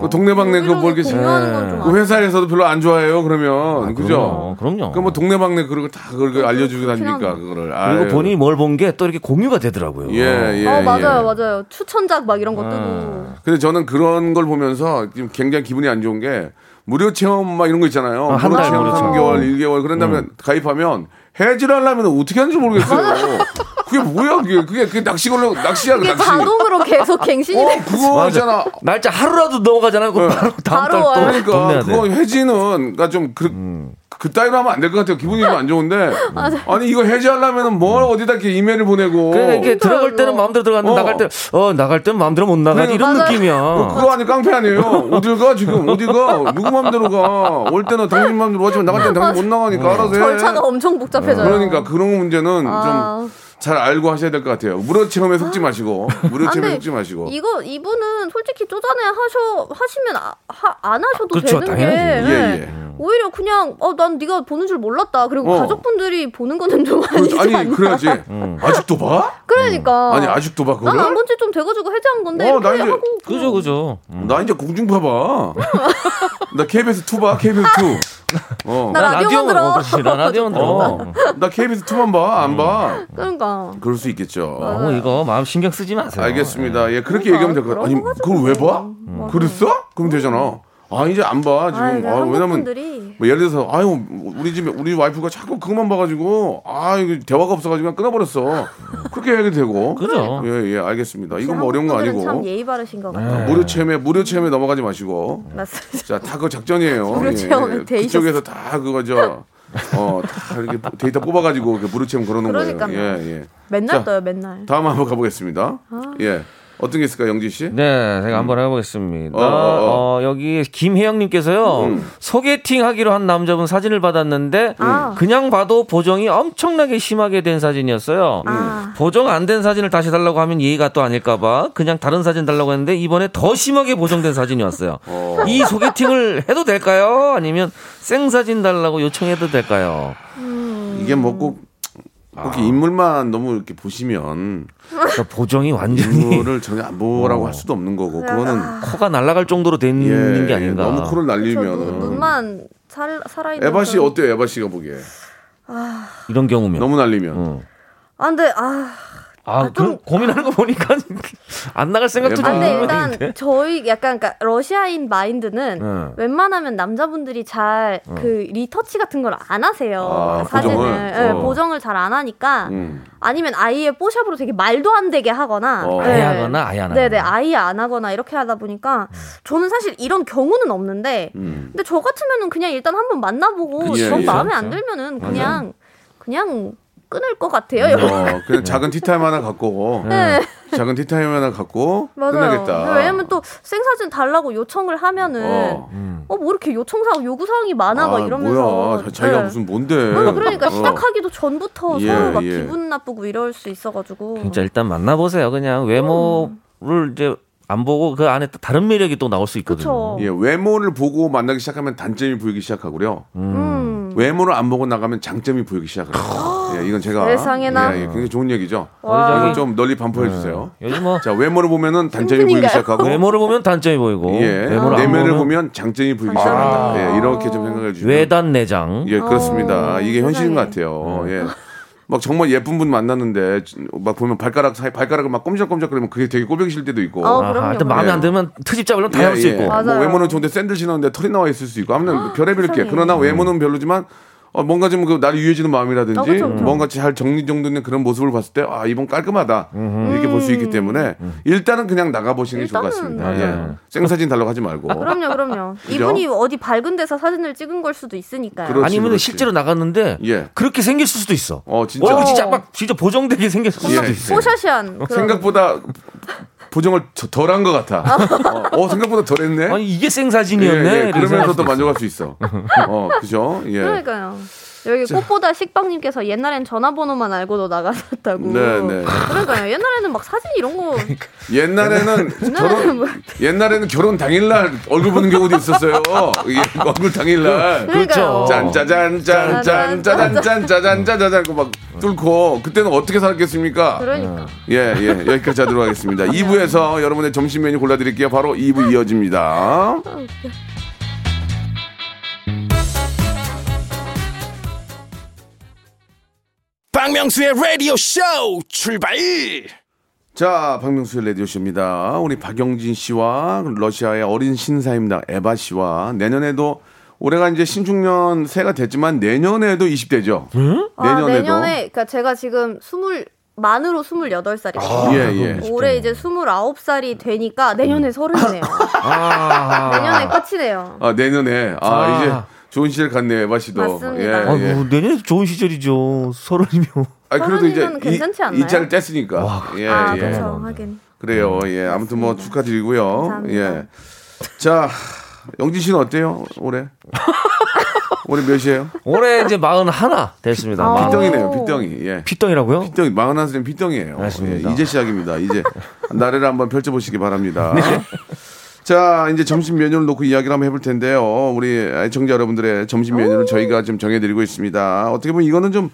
그 동네방네 그거 뭐 이렇게 그 회사에서도 별로 안 좋아해요. 그러면 그죠? 그러니까 그럼요. 그뭐 동네방네 그런 걸다 그걸 알려주고 다니니까 그거를. 그리고 본인이 뭘 본 게 또 이렇게 공유가 되더라고요. 예, 예. 아. 어 맞아요, 예. 맞아요. 추천작 막 이런 거 뜨고 근데 저는 그런 걸 보면서 지금 굉장히 기분이 안 좋은 게 무료 체험 막 이런 거 있잖아요. 아, 한 무료 달 체험 무료 3개월, 체험. 1개월 그런 다음에 가입하면 해지를 하려면 어떻게 하는지 모르겠어요. 그게 뭐야 그게 그게, 그게 낚시 걸려 낚시야 그게 낚시. 자동으로 계속 갱신이 어, 돼. 그거 맞아. 있잖아. 날짜 하루라도 넘어가잖아요. 그럼 바로 다음 바로 와요. 달또 예. 그러니까 그거 해지는 그러니까 좀 그 음. 그따위로 하면 안 될 것 같아요. 기분이 좀 안 좋은데. 맞아요. 아니 이거 해지하려면은 뭘 어디다 이렇게 이메일을 보내고. 그러니까 이게 들어갈 때는 마음대로 들어갔는데 나갈 때, 어, 나갈 땐 마음대로 못 나가. 그러니까 이런 맞아요. 느낌이야. 어, 그거 아니 깡패 아니에요. 어딜 가 지금 어디 가 누구 맘대로 가. 올 때는 당신 맘대로 하지만 나갈 때는 당신 못 나가니까 알아서 해. 음. 절차가 엄청 복잡해져요. 그러니까 그런 문제는 아. 좀 잘 알고 하셔야 될 것 같아요. 무료 체험에 속지 마시고 무료 아, 체험에 근데 속지 마시고. 이거 이분은 솔직히 쪼잔해 하셔 하시면 아, 하- 안 하셔도 그렇죠, 되는 게 당연하지. 예, 네. 오히려 그냥 어 난 네가 보는 줄 몰랐다 그리고 어. 가족분들이 보는 거는 좀 그- 아니지 아니 않나 그래야지. 아직도 봐? 그러니까 어. 아니 아직도 봐 그걸? 난안 본지 좀 돼가지고 해제한 건데 어, 나 이렇게 이제 하고 그죠 그죠. 어. 나 이제 공중 봐봐. 나 KBS 2 봐. KBS 2. 어. 나 라디오만 라디오만 들어. 봐, 그치. 나 라디오만 들어. 나 KBS 2만 봐. 안 봐. 그러니까 그럴 수 있겠죠. 어. 너무 어, 이거 마음 신경 쓰지 마세요. 알겠습니다. 예, 그렇게 얘기하면 될 것 같아. 아니, 그걸 왜 봐? 그랬어? 그럼 되잖아. 아, 이제 안 봐, 음. 뭐. 아이, 지금. 그 아, 왜냐면, 한국분들이. 뭐 예를 들어서, 아유, 우리 집에, 우리 와이프가 자꾸 그것만 봐가지고, 아, 이거 대화가 없어가지고 그냥 끊어버렸어. 그렇게 해야 되고. 그죠. 예, 예, 알겠습니다. 이건 뭐 어려운 거 한국분들은 아니고. 참 예의 바르신 것 같아요 아, 무료 체험에, 무료 체험에 넘어가지 마시고. 맞습니다 자, 다 그거 작전이에요. 예, 무료 체험에 데이셨어. 그쪽에서 다 그거 저, 어, 다 이렇게 데이터 뽑아가지고 이렇게 무료 체험 걸어놓은 그러니까요. 거예요. 예, 예. 맨날 자, 떠요 맨날 다음 한번 가보겠습니다. 아. 예. 어떤 게 있을까요, 영지 씨? 네, 제가 한번 해보겠습니다. 어, 어, 음. 어, 여기 김혜영님께서요 소개팅 하기로 한 남자분 사진을 받았는데 아. 그냥 봐도 보정이 엄청나게 심하게 된 사진이었어요. 음. 보정 안 된 사진을 다시 달라고 하면 예의가 또 아닐까봐 그냥 다른 사진 달라고 했는데 이번에 더 심하게 보정된 사진이 왔어요. 이 소개팅을 해도 될까요? 아니면 생 사진 달라고 요청해도 될까요? 이게 뭐꼭 이렇게 인물만 너무 이렇게 보시면 그러니까 보정이 완전히 인물을 전혀 안 보라고 할 수도 없는 거고 그거는 코가 날아갈 정도로 된 예, 어. 음, 게 아닌가. 너무 코를 날리면 음. 눈만 살, 살아있는 에바 씨 그런- 어때요? 에바 씨가 보기에 아, 이런 경우면 음. 너무 날리면 아 근데 아 아, 그 고민하는 거 보니까 안 나갈 생각도 아, 근데 드는데. 일단 저희 약간 그러니까 러시아인 마인드는 네. 웬만하면 남자분들이 잘 그 음. 리터치 같은 걸 안 하세요. 아, 그 사진을 보정을? 예, 어. 보정을 잘 안 하니까 음. 아니면 아예 뽀샵으로 되게 말도 안 되게 하거나 어, 예. 아예 하거나 아예 안 하거나. 네네 아예 안 하거나 이렇게 하다 보니까 음. 저는 사실 이런 경우는 없는데 근데 저 같으면은 그냥 일단 한번 만나보고 그치, 이건 예, 마음에 그렇죠. 안 들면은 맞아요. 그냥 그냥 끊을 것 같아요. 여러분. 어, 그냥 작은 티타임 하나 갖고 네. 작은 티타임 하나 갖고 맞아요. 그 끝나겠다. 왜냐면 또 생사진 달라고 요청을 하면은 어. 음. 어 뭐 이렇게 요청사항 요구사항이 많아 막 아, 이러면서 뭐야 자- 자기가 네. 무슨 뭔데? 그러니까 어. 시작하기도 전부터 예, 서로 막 예. 기분 나쁘고 이럴 수 있어가지고 진짜 일단 만나보세요. 그냥 외모를 이제 안 보고 그 안에 또 다른 매력이 또 나올 수 있거든요. 그쵸. 예, 외모를 보고 만나기 시작하면 단점이 보이기 시작하고요. 음. 음. 외모를 안 보고 나가면 장점이 보이기 시작을 해요. 예, 이건 제가 세상에나. 예, 예, 굉장히 좋은 얘기죠. 와. 이건 좀 널리 반포해 주세요. 요즘 뭐 자, 외모를 보면은 단점이 보이기 힌트인가요? 시작하고 외모를 보면 단점이 보이고 예, 외모를 안 내면을 보면 보면 장점이 보이기 시작한다. 예, 이렇게 좀 생각해 주시면 외단 내장. 예, 그렇습니다. 이게 현실인 것 같아요. 예. 막 정말 예쁜 분 만났는데 막 보면 발가락 사이 발가락을 막 꼼지락꼼지락거리면 그게 되게 꼬백이 실 때도 있고. 어, 아, 하여튼 마음에 안 들면 트집 잡으려면 다 해볼 수 있고. 뭐 외모는 좋은데 샌들 신었는데 털이 나와 있을 수 있고. 아무튼 별의별 게. 그러나 외모는 별로지만 어, 뭔가 좀 그 나를 유해지는 마음이라든지 어, 그쵸, 그쵸. 뭔가 잘 정리정돈된 그런 모습을 봤을 때 아, 이번 깔끔하다. 이렇게 볼 수 있기 음, 때문에 일단은 그냥 나가 보시는 게 좋을 것 같습니다. 일단은. 예. 생사진 달라고 하지 말고. 아, 그럼요, 그럼요. 그죠? 그렇죠. 이분이 어디 밝은 데서 사진을 찍은 걸 수도 있으니까요. 그렇지, 아니면 그렇지. 실제로 나갔는데 예. 그렇게 생겼을 수도 있어. 어, 진짜. 얼굴 진짜 막 진짜 보정되게 생겼을 예, 수도 예. 있어. 포샤시한 그런. 생각보다 보정을 저- 덜한 것 같아. 어, 어, 생각보다 덜했네. 아니 이게 생사진이었네. 예, 예. 이런 그러면서 생각이 또 만족할 수 있어. 어, 그죠? 예. 그러니까요. 여기 꽃보다 식빵님께서 옛날엔 전화번호만 알고도 나가셨다고. 네, 그러니까 네. 그러니까요. 옛날에는 막 사진 이런 거. 옛날에는 결혼 뭐- 옛날에는 결혼 당일날 얼굴 보는 경우도 있었어요. 예, 얼굴 당일날. 그러니까요. 짠짜잔짠짠짠짠짠짠짠짠짠짠 막 뚫고 그때는 어떻게 살았겠습니까? 그러니까. 예, 예. 여기까지 하도록 하겠습니다. 2부에서 여러분의 점심 메뉴 골라드릴게요. 바로 2부 이어집니다. 박명수의 라디오 쇼 출발 자, 박명수의 라디오쇼입니다. 우리 박영진 씨와 러시아의 어린 신사임당 에바 씨와 내년에도 올해가 이제 신축년 새가 됐지만 내년에도 20대죠. 아, 내년에 그러니까 제가 지금 스물 만으로 스물여덟 살이거든요. 예, 예. 올해 이제 스물아홉 살이 되니까 내년에 서른이네요. 아, 내년에 끝이네요. 아, 내년에. 아, 아. 이제 좋은 시절 갔네, 에바 씨도. 맞습니다. 아, 예, 예. 뭐 내년에 좋은 시절이죠. 서른이면. 아, 그래도 이제 서른이면 괜찮지 이, 않나요? 이 자를 뗐으니까. 예, 아, 예. 그렇죠. 하긴. 그래요. 예. 아무튼 뭐 축하드리고요. 감사합니다. 예. 자, 영진 씨는 어때요? 올해? 올해 몇이에요? 올해 이제 마흔 하나 됐습니다. 어. 마흔. 빗덩이네요, 빗덩이. 예. 핏덩이라고요? 빗덩이, 망한 살은 빗덩이에요. 맞습니다. 예, 이제 시작입니다. 이제 나래를 한번 펼쳐보시기 바랍니다. 네. 자, 이제 점심 메뉴를 놓고 이야기를 한번 해볼 텐데요. 우리 애청자 여러분들의 점심 메뉴를 저희가 좀 정해드리고 있습니다. 어떻게 보면 이거는 좀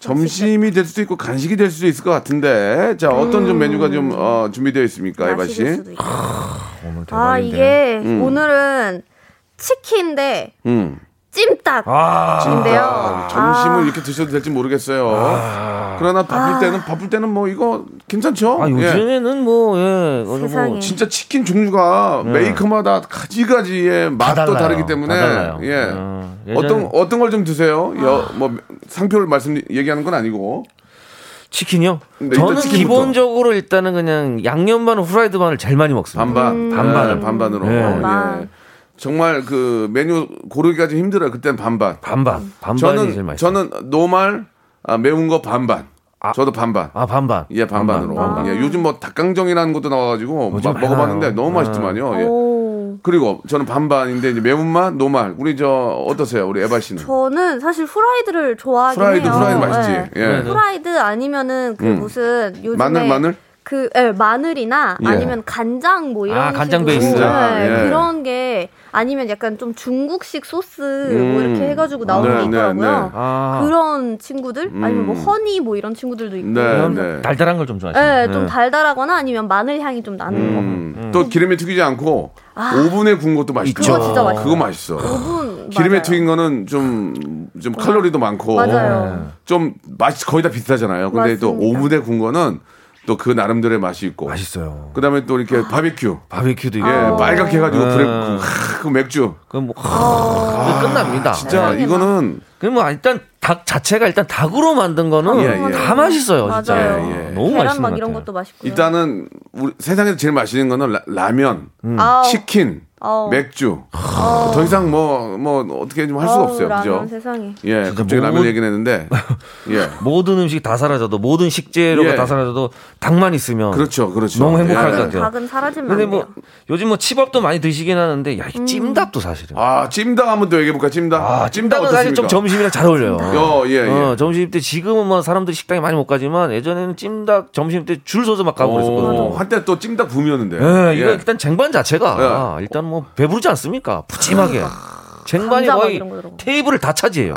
점심이 될 수도 있고 간식이 될 수도 있을 것 같은데, 자, 어떤 좀 메뉴가 좀 어, 준비되어 있습니까, 에바 씨? 마실 음. 수도 있고. 아, 이게 음. 오늘은 치킨인데 음. 찜닭인데요. 아, 점심을 이렇게 드셔도 될지 모르겠어요. 그러나 아. 바쁠 때는 바쁠 때는 뭐 이거 괜찮죠? 아, 예. 요즘에는 뭐 예. 세상에. 진짜 치킨 종류가 메이커마다 가지가지의 맛도 달라요. 다르기 때문에 네. 다 달라요. 예. 어, 예전에- 어떤 어떤 걸 좀 드세요? 여, 뭐 상표를 말씀 얘기하는 건 아니고 치킨이요? 근데 네, 일단 저는 치킨부터. 기본적으로 일단은 그냥 양념반 후라이드 반을 제일 많이 먹습니다. 반반 반반. 예, 반반으로 네. 예. 정말 그 메뉴 고르기까지 힘들어요. 그땐 반반. 반반. 반반이 제일 저는 맛있어. 요 저는 노말 아, 매운 거 반반. 저도 반반. 아, 반반. 예, 반반으로. 반반. 예, 요즘 뭐 닭강정이라는 것도 나와가지고 요즘 막 먹어봤는데 많아요. 네. 너무 맛있더만요. 예. 오. 그리고 저는 반반인데 이제 매운맛 노말 우리 저 어떠세요 우리 에바 씨는 저는 사실 후라이드를 좋아하긴 후라이드 해요. 후라이드 맛있지 네. 예 후라이드 아니면은 그 음. 무슨 요즘에 마늘 마늘 그 예, 마늘이나 예. 아니면 간장 뭐 이런 아, 간장 식으로 베이스. 간장, 예, 예. 그런 게 아니면 약간 좀 중국식 소스 뭐 음. 이렇게 해가지고 나오는 네, 게 네, 있더라고요. 네. 아. 그런 친구들 아니면 뭐 음. 허니 뭐 이런 친구들도 있고. 네, 그럼 네. 달달한 걸 좀 좋아하시요 예, 좀 달달하거나 아니면 마늘 향이 좀 나는 음, 또 기름에 튀기지 않고 아. 오븐에 구운 것도 맛있죠 그거 진짜 맛있어요. 그거 맛있어 거. 5분 기름에 튀긴 거는 좀 좀 칼로리도 많고 네. 맞아요. 좀 맛이 거의 다 비슷하잖아요 근데 또 맞습니다. 오븐에 구운 거는 또 그 나름대로의 맛이 있고 맛있어요. 그다음에 또 이렇게 아. 바비큐 바베큐도 있고. 예 빨갛게 해가지고 네. 불에 구- 하, 그 맥주 그럼 뭐 아, 하, 끝납니다. 아, 진짜 네. 예. 이거는 그럼 뭐 일단 닭 자체가 일단 닭으로 만든 거는 예, 예. 다 맛있어요, 진짜. 맞아요. 예, 예. 너무 계란 맛있는 막 것 이런 같아요. 것도 맛있고. 일단은 우리 세상에서 제일 맛있는 거는 라, 면 아, 치킨, 아우. 맥주. 더 이상 뭐, 뭐, 어떻게 좀 할 수가 아우, 없어요. 어. 라면, 그죠? 세상에. 예, 그러니까 갑자기 라면 모든- 얘기는 했는데. 예. 모든 음식이 다 사라져도 모든 식재료가 예. 다 사라져도 닭만 있으면 그렇죠, 그렇죠. 너무 행복할 예. 것 같아요. 닭은 사라지면 안 근데 돼요. 음. 뭐 요즘 뭐 칩밥도 많이 드시긴 하는데 야이 찜닭도 사실은 아, 찜닭 한번 더 얘기해볼까, 찜닭? 아, 찜닭은 사실 좀 점심이랑 잘 어울려요. 어, 예, 예. 어, 점심 때 지금은 뭐 사람들이 식당에 많이 못 가지만 예전에는 찜닭 점심 때 줄 서서 막 가고 오, 그랬었거든요. 어, 한때 또 찜닭 붐이었는데. 예, 이거 예. 일단 쟁반 자체가 일단 뭐 배부르지 않습니까? 푸짐하게 아, 쟁반이 감자 막 거의 이런 거 들어가. 테이블을 다 차지해요.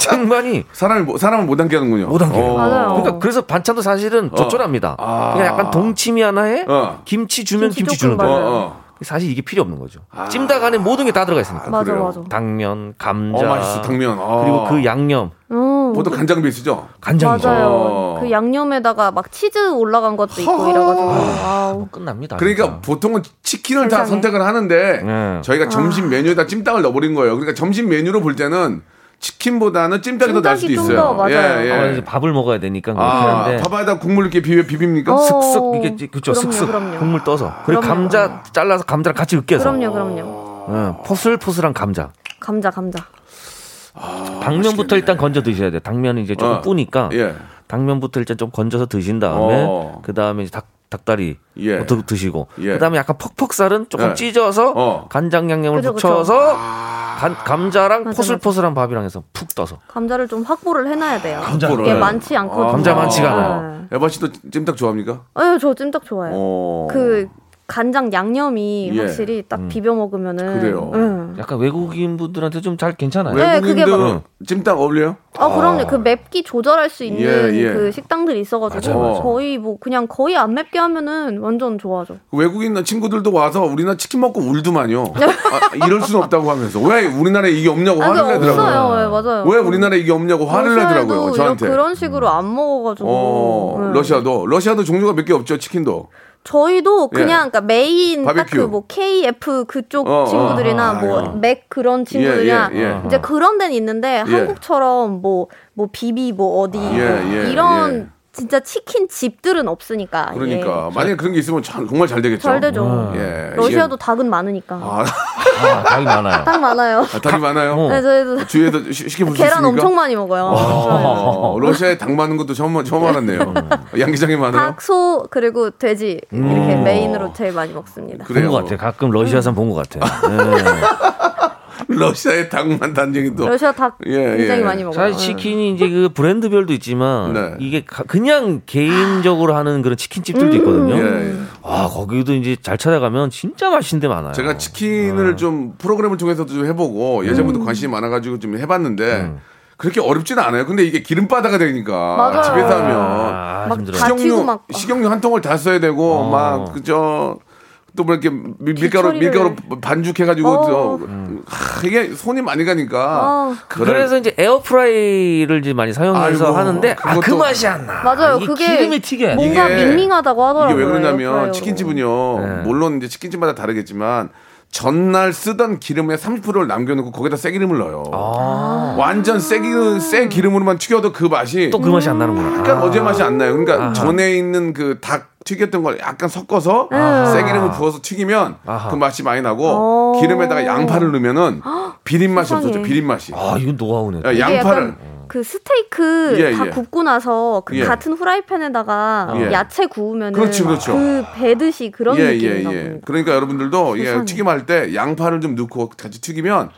쟁반이 사람이 뭐- 사람을 못 앉게 하는군요. 못 안겨요. 어. 아. 그러니까 그래서 반찬도 사실은 조촐합니다. 그냥 약간 동치미 하나에 어. 김치 주면 김치, 김치 주는 조금 거. 맞아요. 어, 사실 이게 필요 없는 거죠. 찜닭 안에 모든 게 다 들어가 있으니까. 맞아, 아. 그래요. 맞아. 당면, 감자, 어, 맛있어, 당면. 어. 그리고 그 양념, 음, 보통 간장 베이스죠? 간장이죠. 맞아요. 어. 그 양념에다가 막 치즈 올라간 것도 있고 이래가지고. 아우. 끝납니다. 그러니까 진짜. 보통은 치킨을 다 세상에. 선택을 하는데 네. 저희가 아. 점심 메뉴에다 찜닭을 넣어버린 거예요. 그러니까 점심 메뉴로 볼 때는 치킨보다는 찜닭이 더 날 수도 찜닭이 좀 있어요. 더 맞아요. 예, 아무래도 예. 이제 밥을 먹어야 되니까 그렇긴 아, 한데 밥에다 국물 이렇게 비벼 비빕니까? 어. 쓱쓱 이게 이제 그죠 그럼요, 쓱쓱 그럼요. 국물 떠서 그리고 그럼요, 감자 잘라서 감자랑 같이 으깨서 그럼요, 그럼요. 예, 포슬포슬한 감자. 감자, 감자. 당면부터 일단 건져 드셔야 돼요. 당면은 이제 조금 어. 뿌니까 예. 당면부터 일단 좀 건져서 드신 다음에 어. 그 다음에 닭 닭다리 예. 부터 드시고 예. 그 다음에 약간 퍽퍽살은 조금 예. 찢어서 어. 간장 양념을 그죠, 그죠. 붙여서 간- 감자랑 맞아, 포슬포슬한 밥이랑 해서 푹 떠서 감자를 좀 확보를 해놔야 돼요. 확보를. 예. 이게 많지 아, 않거든요. 감자 많지가 네. 않아요. 에바 씨도 찜닭 좋아합니까? 아유, 저 찜닭 좋아해요. 어. 네. 그 간장 양념이 예. 확실히 딱 음. 비벼 먹으면은 예. 그래요. 응. 약간 외국인 분들한테 좀 잘 괜찮아요. 네, 그게 외국인들 막- 찜닭 어울려요? 아, 그럼요. 그 맵기 조절할 수 있는 예, 예. 그 식당들이 있어가지고 맞아, 맞아. 거의 뭐 그냥 거의 안 맵게 하면은 완전 좋아져. 그 외국인 친구들도 와서 우리나라 치킨 먹고 울더만요. 아, 이럴 수는 없다고 하면서 왜 우리나라에 이게 없냐고 아, 화를 그 내더라고요. 없어요. 예, 맞아요. 왜 우리나라에 이게 없냐고 화를 내더라고요. 러시아에도 저한테. 음. 이런 그런 식으로 안 먹어가지고. 어, 예. 러시아도 러시아도 종류가 몇 개 없죠 치킨도. 저희도 그냥 그러니까 메인 딱 예. 바베큐. 그 뭐 KF 그쪽 어, 어. 친구들이나 뭐 맥 그런 친구들이나 예, 예. 이제 그런 데는 있는데 한국처럼 뭐 뭐 비비 뭐 어디 예, 뭐 예, 이런 예. 진짜 치킨 집들은 없으니까. 예. 그러니까 만약에 그런 게 있으면 참- 정말 잘 되겠죠. 잘 되죠. 음. 예, 러시아도 닭은 많으니까. 아, 아, 닭이 많아요. 닭 많아요. 아, 닭이 많아요. 어. 네, 저희도 주위에도 시- 시켜 볼수 있습니까? 계란 엄청 많이 먹어요. 좋아요. 어, 러시아에 닭 많은 것도 처음 처음 알았네요. 양기장이 많아요. 음. 닭, 소 그리고 돼지 이렇게 메인으로 제일 많이 먹습니다. 그래요. 본것 같아요. 가끔 러시아산 본 것 같아요. 네. 러시아에 닭만 단정히 또. 러시아 닭 예, 예. 굉장히 많이 먹어요. 사실 치킨이 이제 그 브랜드별도 있지만 네. 이게 가- 그냥 개인적으로 하는 그런 치킨집들도 음. 있거든요. 예, 예. 아 거기도 이제 잘 찾아가면 진짜 맛있는 데 많아요. 제가 치킨을 음. 좀 프로그램을 통해서도 좀 해보고 음. 예전부터 관심이 많아가지고 좀 해봤는데 음. 그렇게 어렵지는 않아요. 근데 이게 기름바다가 되니까 맞아요. 집에서 하면 아, 막 힘들어. 다 튀고 식용유 막- 식용유 한 통을 다 써야 되고 어. 막 그저 또 뭐 이렇게 밀- 밀가루 뒤처리를. 밀가루 반죽해가지고 어. 저- 하, 이게 손이 많이 가니까 어. 그걸- 음. 그래서 이제 에어프라이를 이제 많이 사용해서 아이고, 하는데 아 그 그것도- 맛이 안 나. 맞아요. 이게 그게 뭐 기름이 튀겨야 돼. 뭔가 이게- 밍밍하다고 하더라고요. 예, 이게 왜 에어프라이어로. 그러냐면 치킨집은요 네. 물론 이제 치킨집마다 다르겠지만 전날 쓰던 기름의 30%를 남겨놓고 거기다 새기름을 넣어요. 아, 완전 세기 세 기름으로만 튀겨도 그 맛이 또 그 맛이 안 나는구나. 약간 그러니까 어제 맛이 안 나요. 그러니까 전에 있는 그 닭 튀겼던 걸 약간 섞어서 세 기름을 부어서 튀기면 아하. 그 맛이 많이 나고 아. 어. 아, 기름에다가 양파를 넣으면은 비린 맛이 세상에. 없어져 비린 맛이. 아 이건 노하우네. 야, 이게 양파를 약간 그 스테이크 예, 다 예. 굽고 나서 그 예. 같은 후라이팬에다가 그 예. 야채 구우면 그렇죠, 그렇죠. 예, 그 배듯이 그런 느낌인가 봅니다. 그러니까 여러분들도 이게 튀김할 때 양파를 좀 넣고 같이 튀기면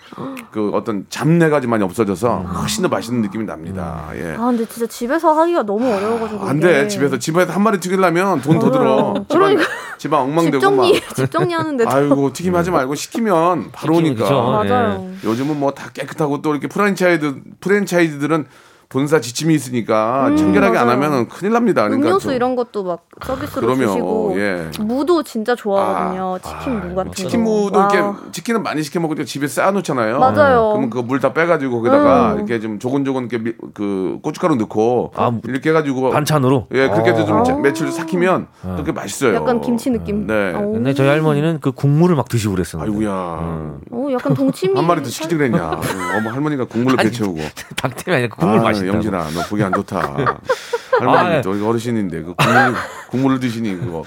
그 어떤 잡내가 좀 많이 음. 없어져서 훨씬 더 맛있는 느낌이 납니다. 예. 아 근데 진짜 집에서 하기가 너무 어려워가지고 안 돼. 이게. 집에서 집에서 한 마리 튀기려면 돈 더 들어. 맞아요. 집안 그러니까. 집안 엉망되고 집 정리 막. 집 정리하는데도 아이고 튀김하지 말고 시키면 바로 네. 시키면 그죠. 오니까. 맞아요. 요즘은 뭐 다 깨끗하고 또 이렇게 프랜차이즈 프랜차이즈들은 본사 지침이 있으니까 청결하게 안 음, 맞아요. 하면 큰일 납니다. 그러니까 음료수 저- 이런 것도 막 서비스로 그럼요. 주시고 예. 무도 진짜 좋아하거든요. 아, 치킨 무 같은 거. 아, 치킨 무도 와. 이렇게 치킨은 많이 시켜 먹고 집에 쌓아놓잖아요. 맞아요. 그러면 그 물 다 빼가지고 거기다가 음. 이렇게 좀 조곤조곤 이렇게 미- 그 고춧가루 넣고 아, 이렇게 해가지고 반찬으로. 아. 예 그렇게 해서 좀 어. 자- 며칠 삭히면 또 그게 맛있어요. 약간 김치 느낌. 아, 네. 오. 옛날에 저희 할머니는 그 국물을 막 드시고 그랬었는데. 아이고야 음. 오, 약간 동치미. 한 마리 더 시키지 그랬냐. 음. 어머 할머니가 국물로 아니, 배채우고. 닭 때문에 아니라 그 국물 아, 맛있다. 영진아 너 보기 안 좋다. 할머니 아, 또 이거 어르신인데 그 국물, 국물을 드시니 그거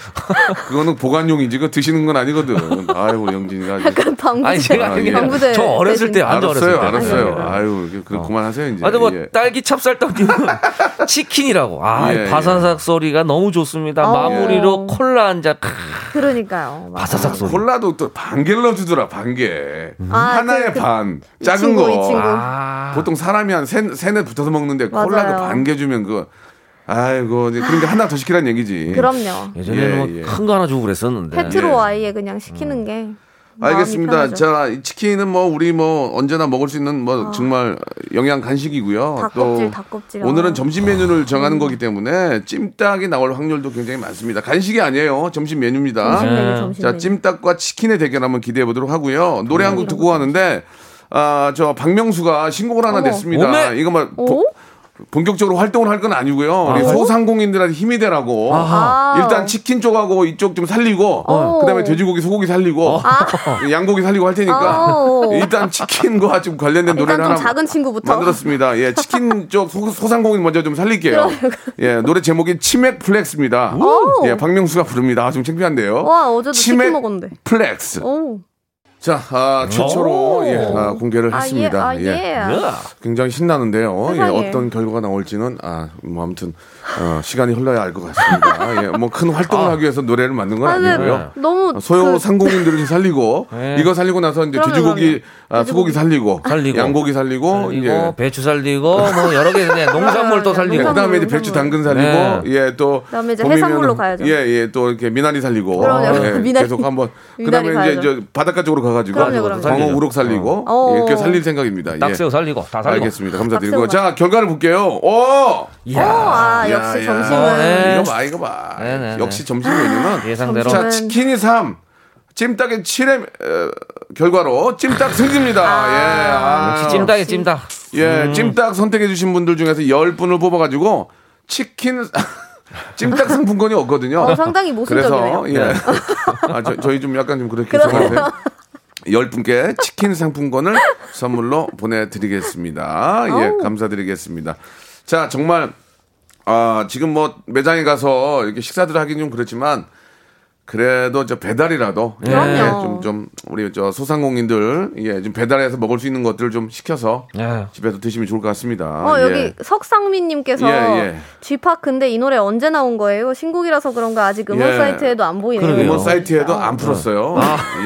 그거는 보관용이지 그거 드시는 건 아니거든 아이고 영진이가 아주- 약간 방부제. 아니 제가 예. 그냥 방부제 저 어렸을 때 완전 알았어요 어렸을 때. 알았어요 아유 그- 그 그만하세요 이제 아니 뭐 예. 딸기 찹쌀 떡님은 치킨이라고. 아, 예, 예. 바사삭 소리가 너무 좋습니다. 어. 마무리로 콜라 한 잔. 크, 그러니까요. 바사삭 소리. 아, 음. 콜라도 또 반 개 넣어주더라 반개 아, 하나에 그- 그- 반 이 작은 친구, 거 이 친구. 아, 보통 사람이 한 세, 세네 붙어서 먹는데 콜라도 맞아요. 반 개 주면 그 아이고 이제 그러니까 하나 더 시키란 얘기지 그럼요. 예전에는 예, 예. 뭐 큰 거 하나 주고 그랬었는데. 페트로 아이에 그냥 시키는 음. 게. 마음이 알겠습니다. 편하죠. 자, 이 치킨은 뭐 우리 뭐 언제나 먹을 수 있는 뭐 정말 영양 간식이고요. 어. 닭껍질, 어, 음. 또 닭껍질. 어, 오늘은 점심 메뉴를 정하는 거기 때문에 찜닭이 나올 확률도 굉장히 많습니다. 간식이 아니에요. 점심 메뉴입니다. 점심 아, 메뉴, 점심 자, 메뉴. 찜닭과 치킨의 대결 한번 기대해 보도록 하고요. 노래 음. 한 곡 듣고 가는데 아, 저 박명수가 신곡을 하나 어머. 어? 냈습니다. 오메? 이거 막 오? 보- 본격적으로 활동을 할 건 아니고요. 우리 아. 소상공인들한테 힘이 되라고. 아하. 일단 치킨 쪽하고 이쪽 좀 살리고, 어. 아. 그다음에 돼지고기, 소고기 살리고, 양고기 살리고 할 테니까 어. 일단 치킨과 좀 관련된 일단 노래를 좀 하나 작은 친구부터. 만들었습니다. 예, 치킨 쪽 소, 소상공인 먼저 좀 살릴게요. 예, 노래 제목이 치맥 플렉스입니다. 오. 예, 박명수가 부릅니다. 아, 좀 창피한데요. 와, 어제도 치맥 치킨 먹었는데. 플렉스. 오. 자, 아, 오. 최초로 예, 아, 공개를 아, 했습니다. 예, 아, 뭐? 예. 굉장히 신나는데요. 예, 세상에. 어떤 결과가 나올지는 아, 뭐 아무튼 어, 시간이 흘러야 알 것 같습니다. 예, 뭐 큰 활동을 하기 위해서 노래를 만든 건 아, 근데 네. 아니고요. 너무 소형 그- 상공인들을 좀 살리고 예. 이거 살리고 나서 이제 그럼요, 돼지고기, 아, 돼지고기. 소고기 살리고, 살리고. 양고기 살리고, 그리고 예. 배추 살리고 뭐 여러 개 그냥 농산물 또 살리고. 아, 농산물. 그다음에 이제 배추 당근 살리고 네. 예 또 그다음에 이제 봄이면은- 해산물로 가야죠. 예, 예, 또 이렇게 미나리 살리고 그럼요. 예, 미나리. 계속 한번 미나리 그다음에 이제 가야죠. 저 바닷가 쪽으로 가가지고 그럼요, 그럼요. 광어 살리죠. 우럭 살리고 어. 예, 이렇게 살릴 생각입니다. 예. 딱새우 살리고 다 살리고. 알겠습니다. 감사드리고 밥새우가- 자 결과를 볼게요. 오, 오, 아, 야, 역시 야. 어, 예. 점심은. 네. 이거 봐, 이거 봐. 네, 네, 네. 역시 점심 메뉴는 예상대로. 자 점심은- 치킨이 3 찜닭의 7의 결과로 찜닭 승리입니다. 예, 아. 역시 찜닭이 찜닭. 예, 찜닭 선택해주신 분들 중에서 10분을 뽑아가지고 치킨 찜닭 상품권이 없거든요. 어, 상당히 모순적이네요. 그래서 예. 아, 저, 희좀 약간 좀 그렇게 생각하세요. 10분께 치킨 상품권을 선물로 보내드리겠습니다. 어우. 예, 감사드리겠습니다. 자, 정말, 아, 지금 뭐 매장에 가서 이렇게 식사들 하긴 좀 그렇지만, 그래도 저 배달이라도 예, 그럼요. 좀, 좀 우리 저 소상공인들 예, 좀 배달해서 먹을 수 있는 것들을 좀 시켜서 예. 집에서 드시면 좋을 것 같습니다. 어, 예. 여기 석상민님께서 예, 예. 쥐팍 근데 이 노래 언제 나온 거예요? 신곡이라서 그런가 아직 음원 예. 사이트에도 안 보이네요. 그러게요. 음원 뭐 사이트에도 아. 안 풀었어요.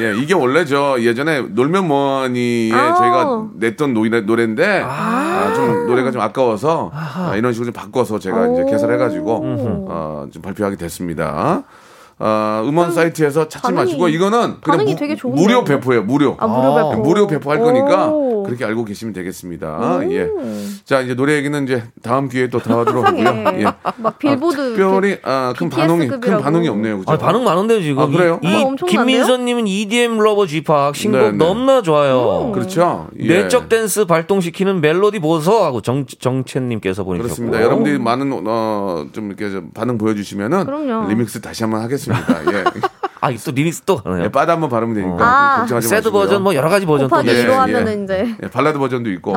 예, 이게 원래 저 예전에 놀면 뭐니에 아우. 저희가 냈던 노래, 노래인데 아, 좀 노래가 좀 아까워서 아, 이런 식으로 좀 바꿔서 제가 이제 오. 개설해가지고 어, 좀 발표하게 됐습니다. 아, 음원 사이트에서 찾지 반응이- 마시고 이거는 그냥 반응이 무, 되게 좋은데요? 무료 배포예요. 무료. 아, 무료 아. 배포. 무료 배포할 거니까 오. 음. 그렇게 알고 계시면 되겠습니다. 예. 자 이제 노래 얘기는 이제 다음 기회에 또 다뤄도록 하고요. 세상에. 예. 막 빌보드. 그 특별히 아, 큰 BTS 반응이 큰 급이라고. 반응이 없네요. 그죠? 아 반응 많은데요 지금. 아, 그래요? 이, 어머, 이 엄청난데요? 김민선님은 EDM 러버 쥐팍 신곡 네, 네. 넘나 음. 좋아요. 그렇죠. 예. 내적 댄스 발동시키는 멜로디 보소 하고 정 정채님께서 보내주셨고. 그렇습니다. 여러분들이 많은 어좀 이렇게 좀 반응 보여주시면은 그럼요. 리믹스 다시 한번 하겠습니다. 예. 아또 리믹스 또 하네요. 예, 빠다 한번 바르면 되니까 아. 걱정하지 마시고요. 새드 버전 뭐 여러 가지 버전 또 곱하기 예, 계시고. 1로 예. 하면은 이제. 예, 발라드 버전도 있고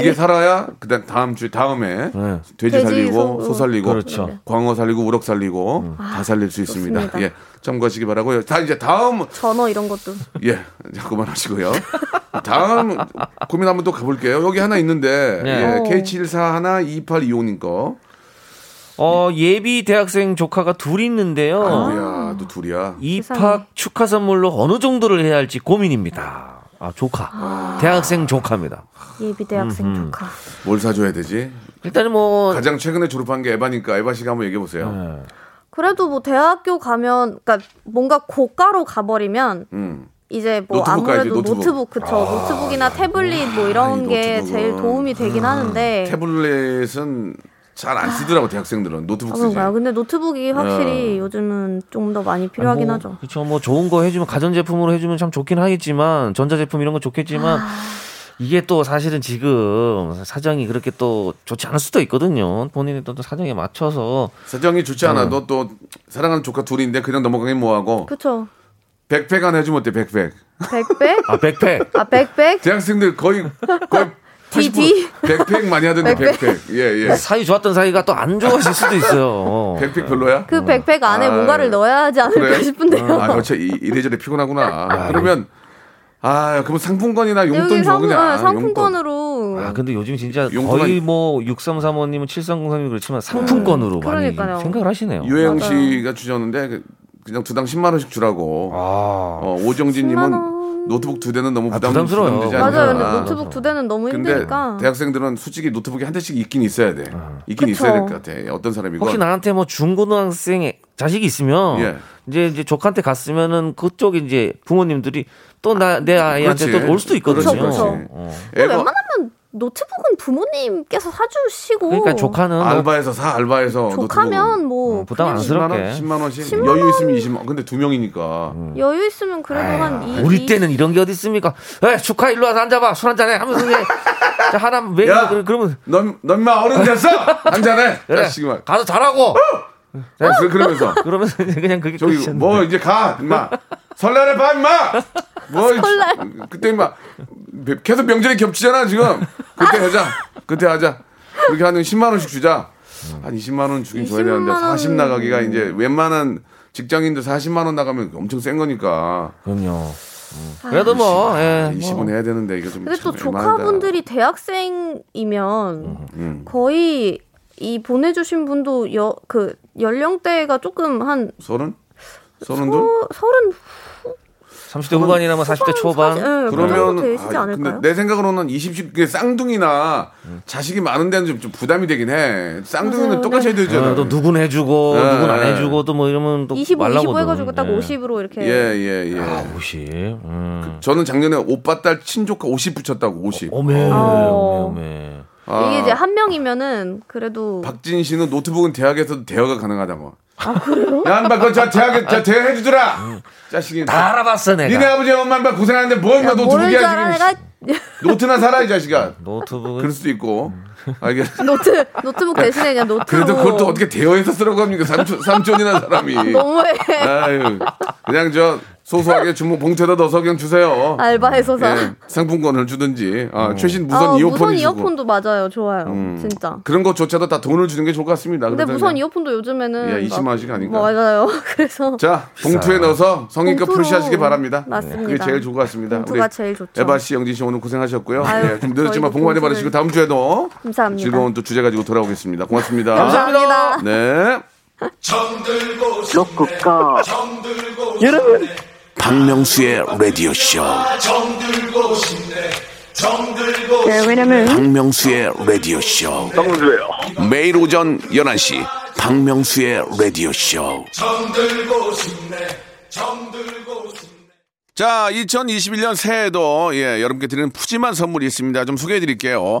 이게 살아야 그다음 다음 주 다음에 네. 돼지, 돼지, 살리고 소- 소 살리고 그렇죠. 음. 광어 살리고 우럭 살리고 다 살릴 수 있습니다. 아, 좋습니다. 예, 참고하시기 바라고요. 다 이제 다음 그 전어 이런 것도. 예, 자꾸만 하시고요. 다음 고민 한번 또 가볼게요. 여기 하나 있는데 네. 예, K74 하나 2825님 거. 어 예비 대학생 조카가 둘이 있는데요. 아이고야, 너 둘이야. 세상에. 입학 축하 선물로 어느 정도를 해야 할지 고민입니다. 아 조카, 대학생 조카입니다. 예비대학생 조카. 뭘 사줘야 되지? 일단은 뭐 가장 최근에 졸업한 게 에바니까 에바 씨가 한번 얘기해 보세요. 그래도 뭐 대학교 가면, 그러니까 뭔가 고가로 가버리면 음. 이제 뭐 노트북 가야지, 아무래도 노트북. 아, 노트북, 그쵸 노트북이나 태블릿 뭐 이런 이 게 노트북은. 음. 제일 도움이 되긴 하는데 태블릿은 잘 안 쓰더라고 대학생들은 노트북 쓰지. 그런가요? 근데 네. 노트북이 확실히 요즘은 좀 더 아, 많이 필요하긴 하죠. 그렇죠. 뭐 좋은 거 해주면 가전 제품으로 해주면 참 좋긴 하겠지만 전자 제품 이런 건 아. 좋겠지만 이게 또 사실은 지금 사정이 그렇게 또 좋지 않을 수도 있거든요. 본인의 또 사정에 맞춰서 사정이 좋지 않아도 또 사랑하는 조카 둘인데 그냥 넘어가긴 뭐하고 그쵸 백팩 하나 해주면 어때 백팩? 백백 아 백팩 아 백백 대학생들 거의 거의 디디? 백팩 많이 하던데 백팩. 네. 백팩. 예, 예. 사이 좋았던 사이가 또 안 좋아질 수도 있어요. 백팩 별로야? 그 백팩 안에 아, 뭔가를 넣어야 하지 않을까 그래? 싶은데요. 예. 아, 어째 이- 이래저래 피곤하구나. 그러면 아, 그럼 상품권이나 여기 용돈 줘 상, 그냥. 네, 상품권으로. 아 근데 요즘 진짜 용돈은- 거의 뭐 6335님은 7303님 그렇지만 상품권으로 많이 그러니까요. 생각을 하시네요. 유영 맞아요. 씨가 주셨는데 그- 그냥 두당 10만 원씩 주라고. 아. 어, 오정진 님은 노트북 두 대는 너무 부담, 아, 부담스러워요. 부담되지 않냐. 맞아요. 근데 노트북 두 대는 너무 근데 힘드니까. 대학생들은 솔직히 노트북이 한 대씩 있긴 있어야 돼. 있긴 그쵸. 있어야 될 것 같아. 어떤 사람이건. 아. 혹시 나한테 뭐 중고등학생 자식이 있으면 예. 이제 이제 조카한테 갔으면은 그쪽 이제 부모님들이 또 나 내 아이한테 그렇지. 또 올 수도 있거든요. 그렇지, 그렇지. 어. 또 애가 웬만하면 노트북은 부모님께서 사주시고. 그러니까 조카는 뭐 알바해서 사 알바해서 조카면 뭐 부담 안 그냥 10만 스럽게 음. 원, 10만 원씩 10만 여유 있으면 20만 원. 근데 두 명이니까. 여유 있으면 그래도 한 이. 우리 때는 이런 게 어디 있습니까? 에 조카 일로 와서 앉아봐 술 한잔해 하면서 그냥 자, 하나 매일 야! 그- 그러면 넌넌마 어른 됐어. 한잔해. 그래 자식아. 가서 잘하고 자, 그- 그러면서 그러면서 이제 그냥 그게 저기 끝이었는데. 뭐 이제 가 인마 설날에 봐 인마 뭐 이- 그때 인마 계속 명절이 겹치잖아 지금 그때 하자 그때 하자 그렇게 하는 10만 원씩 주자 한 20만 원 주긴 줘야 20만 되는데 원. 40 나가기가 이제 웬만한 직장인들 40만 원 나가면 엄청 센 거니까 그럼요. 아, 그래도 뭐, 아, 예, 20원 해야 되는데 이거 좀 근데 또 참 애매하다. 음, 조카분들이 대학생이면 거의 이 보내주신 분도 여 그 연령대가 조금 한 서른 서른 둘 서, 서른 30대 후반이나 뭐 40대 초반. 예, 그러면 그러면 되시지 아, 않을까요? 내 생각으로는 20대 그게 쌍둥이나 자식이 많은 데는 좀, 좀 부담이 되긴 해. 쌍둥이는 맞아요. 네. 똑같이 해야 되잖아. 예, 또 누군 해주고 예, 누군 안 예. 해주고 또 뭐 이러면 또 25, 말라고 25 해가지고 딱 50으로 이렇게. 예예 예. 예. 아, 50. 음. 저는 작년에 오빠 딸 친조카 50 붙였다고 50. 오메 어. 오메 오메. 아, 이게 이제 한 명이면은 그래도 박진 씨는 노트북은 대학에서도 대여가 가능하다고. 아 그래요? 난막 그거 저 대학에 저 대여 해주더라. 자식이. 다 알아봤어 니네 내가. 아버지 엄마 막 고생하는데 뭘 막 모를 줄 알아 노트북이야 내가 지금. 노트나 사라 이 자식아. 그럴 노트북은 수도 있고. 알겠. 노트 노트북 대신에 그냥 노트로. 그래도 그걸 또 어떻게 대여해서 쓰라고 합니까 삼촌 삼촌이라는 사람이. 아, 너무해. 아유, 그냥 저 소소하게 주문 봉투에다 넣어서 그냥 주세요. 알바해서 사. 예, 상품권을 주든지 아, 최신 무선 아, 이어폰 무선 주고 이어폰도 맞아요. 좋아요. 진짜. 그런 것조차도 다 돈을 주는 게 좋을 것 같습니다. 근데 그래서 무선 그냥- 이어폰도 요즘에는 야, 20만 막- 원씩 아닌가? 뭐, 맞아요. 그래서 자 봉투에 넣어서 성의껏 봉투로. 표시하시기 바랍니다. 네, 맞습니다. 그게 제일 좋을 것 같습니다. 봉투가 제일 좋죠. 에바 씨, 영진 씨 오늘 고생하셨고요. 아유, 예, 좀 늦었지만 저희도 복 많이 봉투를- 받으시고 다음 주에도 감사합니다. 즐거운 또 주제 가지고 돌아오겠습니다. 고맙습니다. 감사합니다. 네. 로쿠꺼 여러분 박명수의 라디오 쇼 네, 왜냐면 박명수의 라디오 쇼 박명수예요. 매일 오전 11시 박명수의 라디오 쇼 자, 2021년 새해에도 예, 여러분께 드리는 푸짐한 선물이 있습니다. 좀 소개해 드릴게요.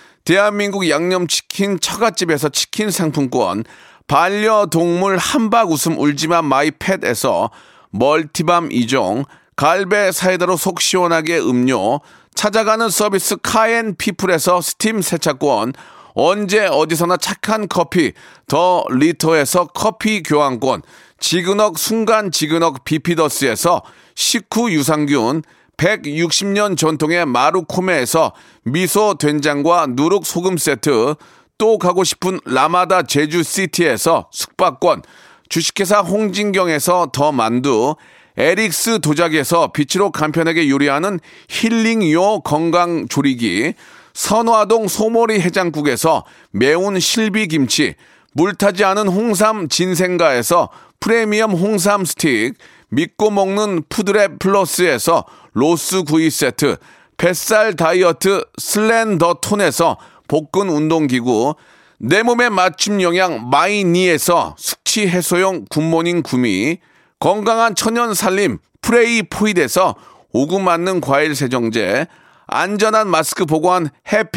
대한민국 양념치킨 처갓집에서 치킨 상품권, 반려동물 한박 웃음 울지마 마이 팻에서 멀티밤 2종, 갈배 사이다로 속 시원하게 음료, 찾아가는 서비스 카엔 피플에서 스팀 세차권, 언제 어디서나 착한 커피, 더 리터에서 커피 교환권, 지그넉 순간 지그넉 비피더스에서 식후 유산균, 160년 전통의 마루코메에서 미소 된장과 누룩 소금 세트, 또 가고 싶은 라마다 제주시티에서 숙박권, 주식회사 홍진경에서 더 만두, 에릭스 도자기에서 빛으로 간편하게 요리하는 힐링요 건강조리기, 선화동 소머리 해장국에서 매운 실비김치, 물타지 않은 홍삼 진생가에서 프리미엄 홍삼 스틱, 믿고 먹는 푸드랩 플러스에서 로스 구이 세트, 뱃살 다이어트 슬렌더 톤에서 복근 운동기구, 내 몸에 맞춤 영양 마이니에서 숙취 해소용 굿모닝 구미, 건강한 천연 살림 프레이 포일에서 오구 맞는 과일 세정제, 안전한 마스크 보관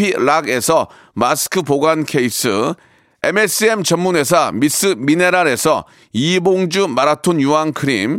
해피락에서 마스크 보관 케이스, MSM 전문회사 미스 미네랄에서 이봉주 마라톤 유황 크림,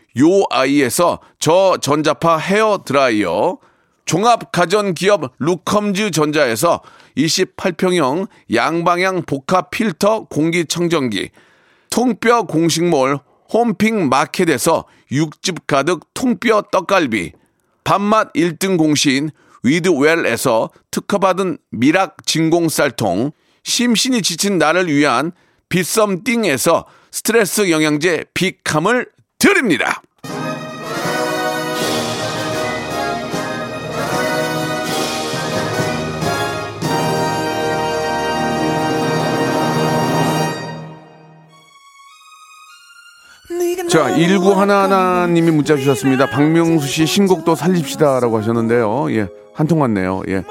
요아이에서 저전자파 헤어 드라이어, 종합 가전 기업 루컴즈 전자에서 28평형 양방향 복합 필터 공기 청정기, 통뼈 공식몰 홈핑 마켓에서 육즙 가득 통뼈 떡갈비, 밥맛 1등 공신 위드웰에서 특허받은 미락 진공 쌀통, 심신이 지친 나를 위한 비썸띵에서 스트레스 영양제 비캄을 드립니다. 자, 1911님이 문자 주셨습니다. 박명수 씨 신곡도 살립시다라고 하셨는데요. 예, 한 통 왔네요. 예.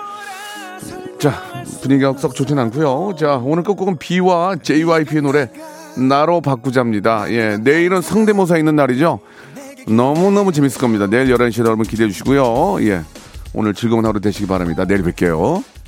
자, 분위기가 썩 좋진 않고요. 자, 오늘 끝곡은 B와 JYP의 노래 나로 바꾸자입니다. 예, 내일은 성대모사 있는 날이죠. 너무너무 재밌을 겁니다. 내일 11시에 여러분 기대해 주시고요. 예, 오늘 즐거운 하루 되시기 바랍니다. 내일 뵐게요.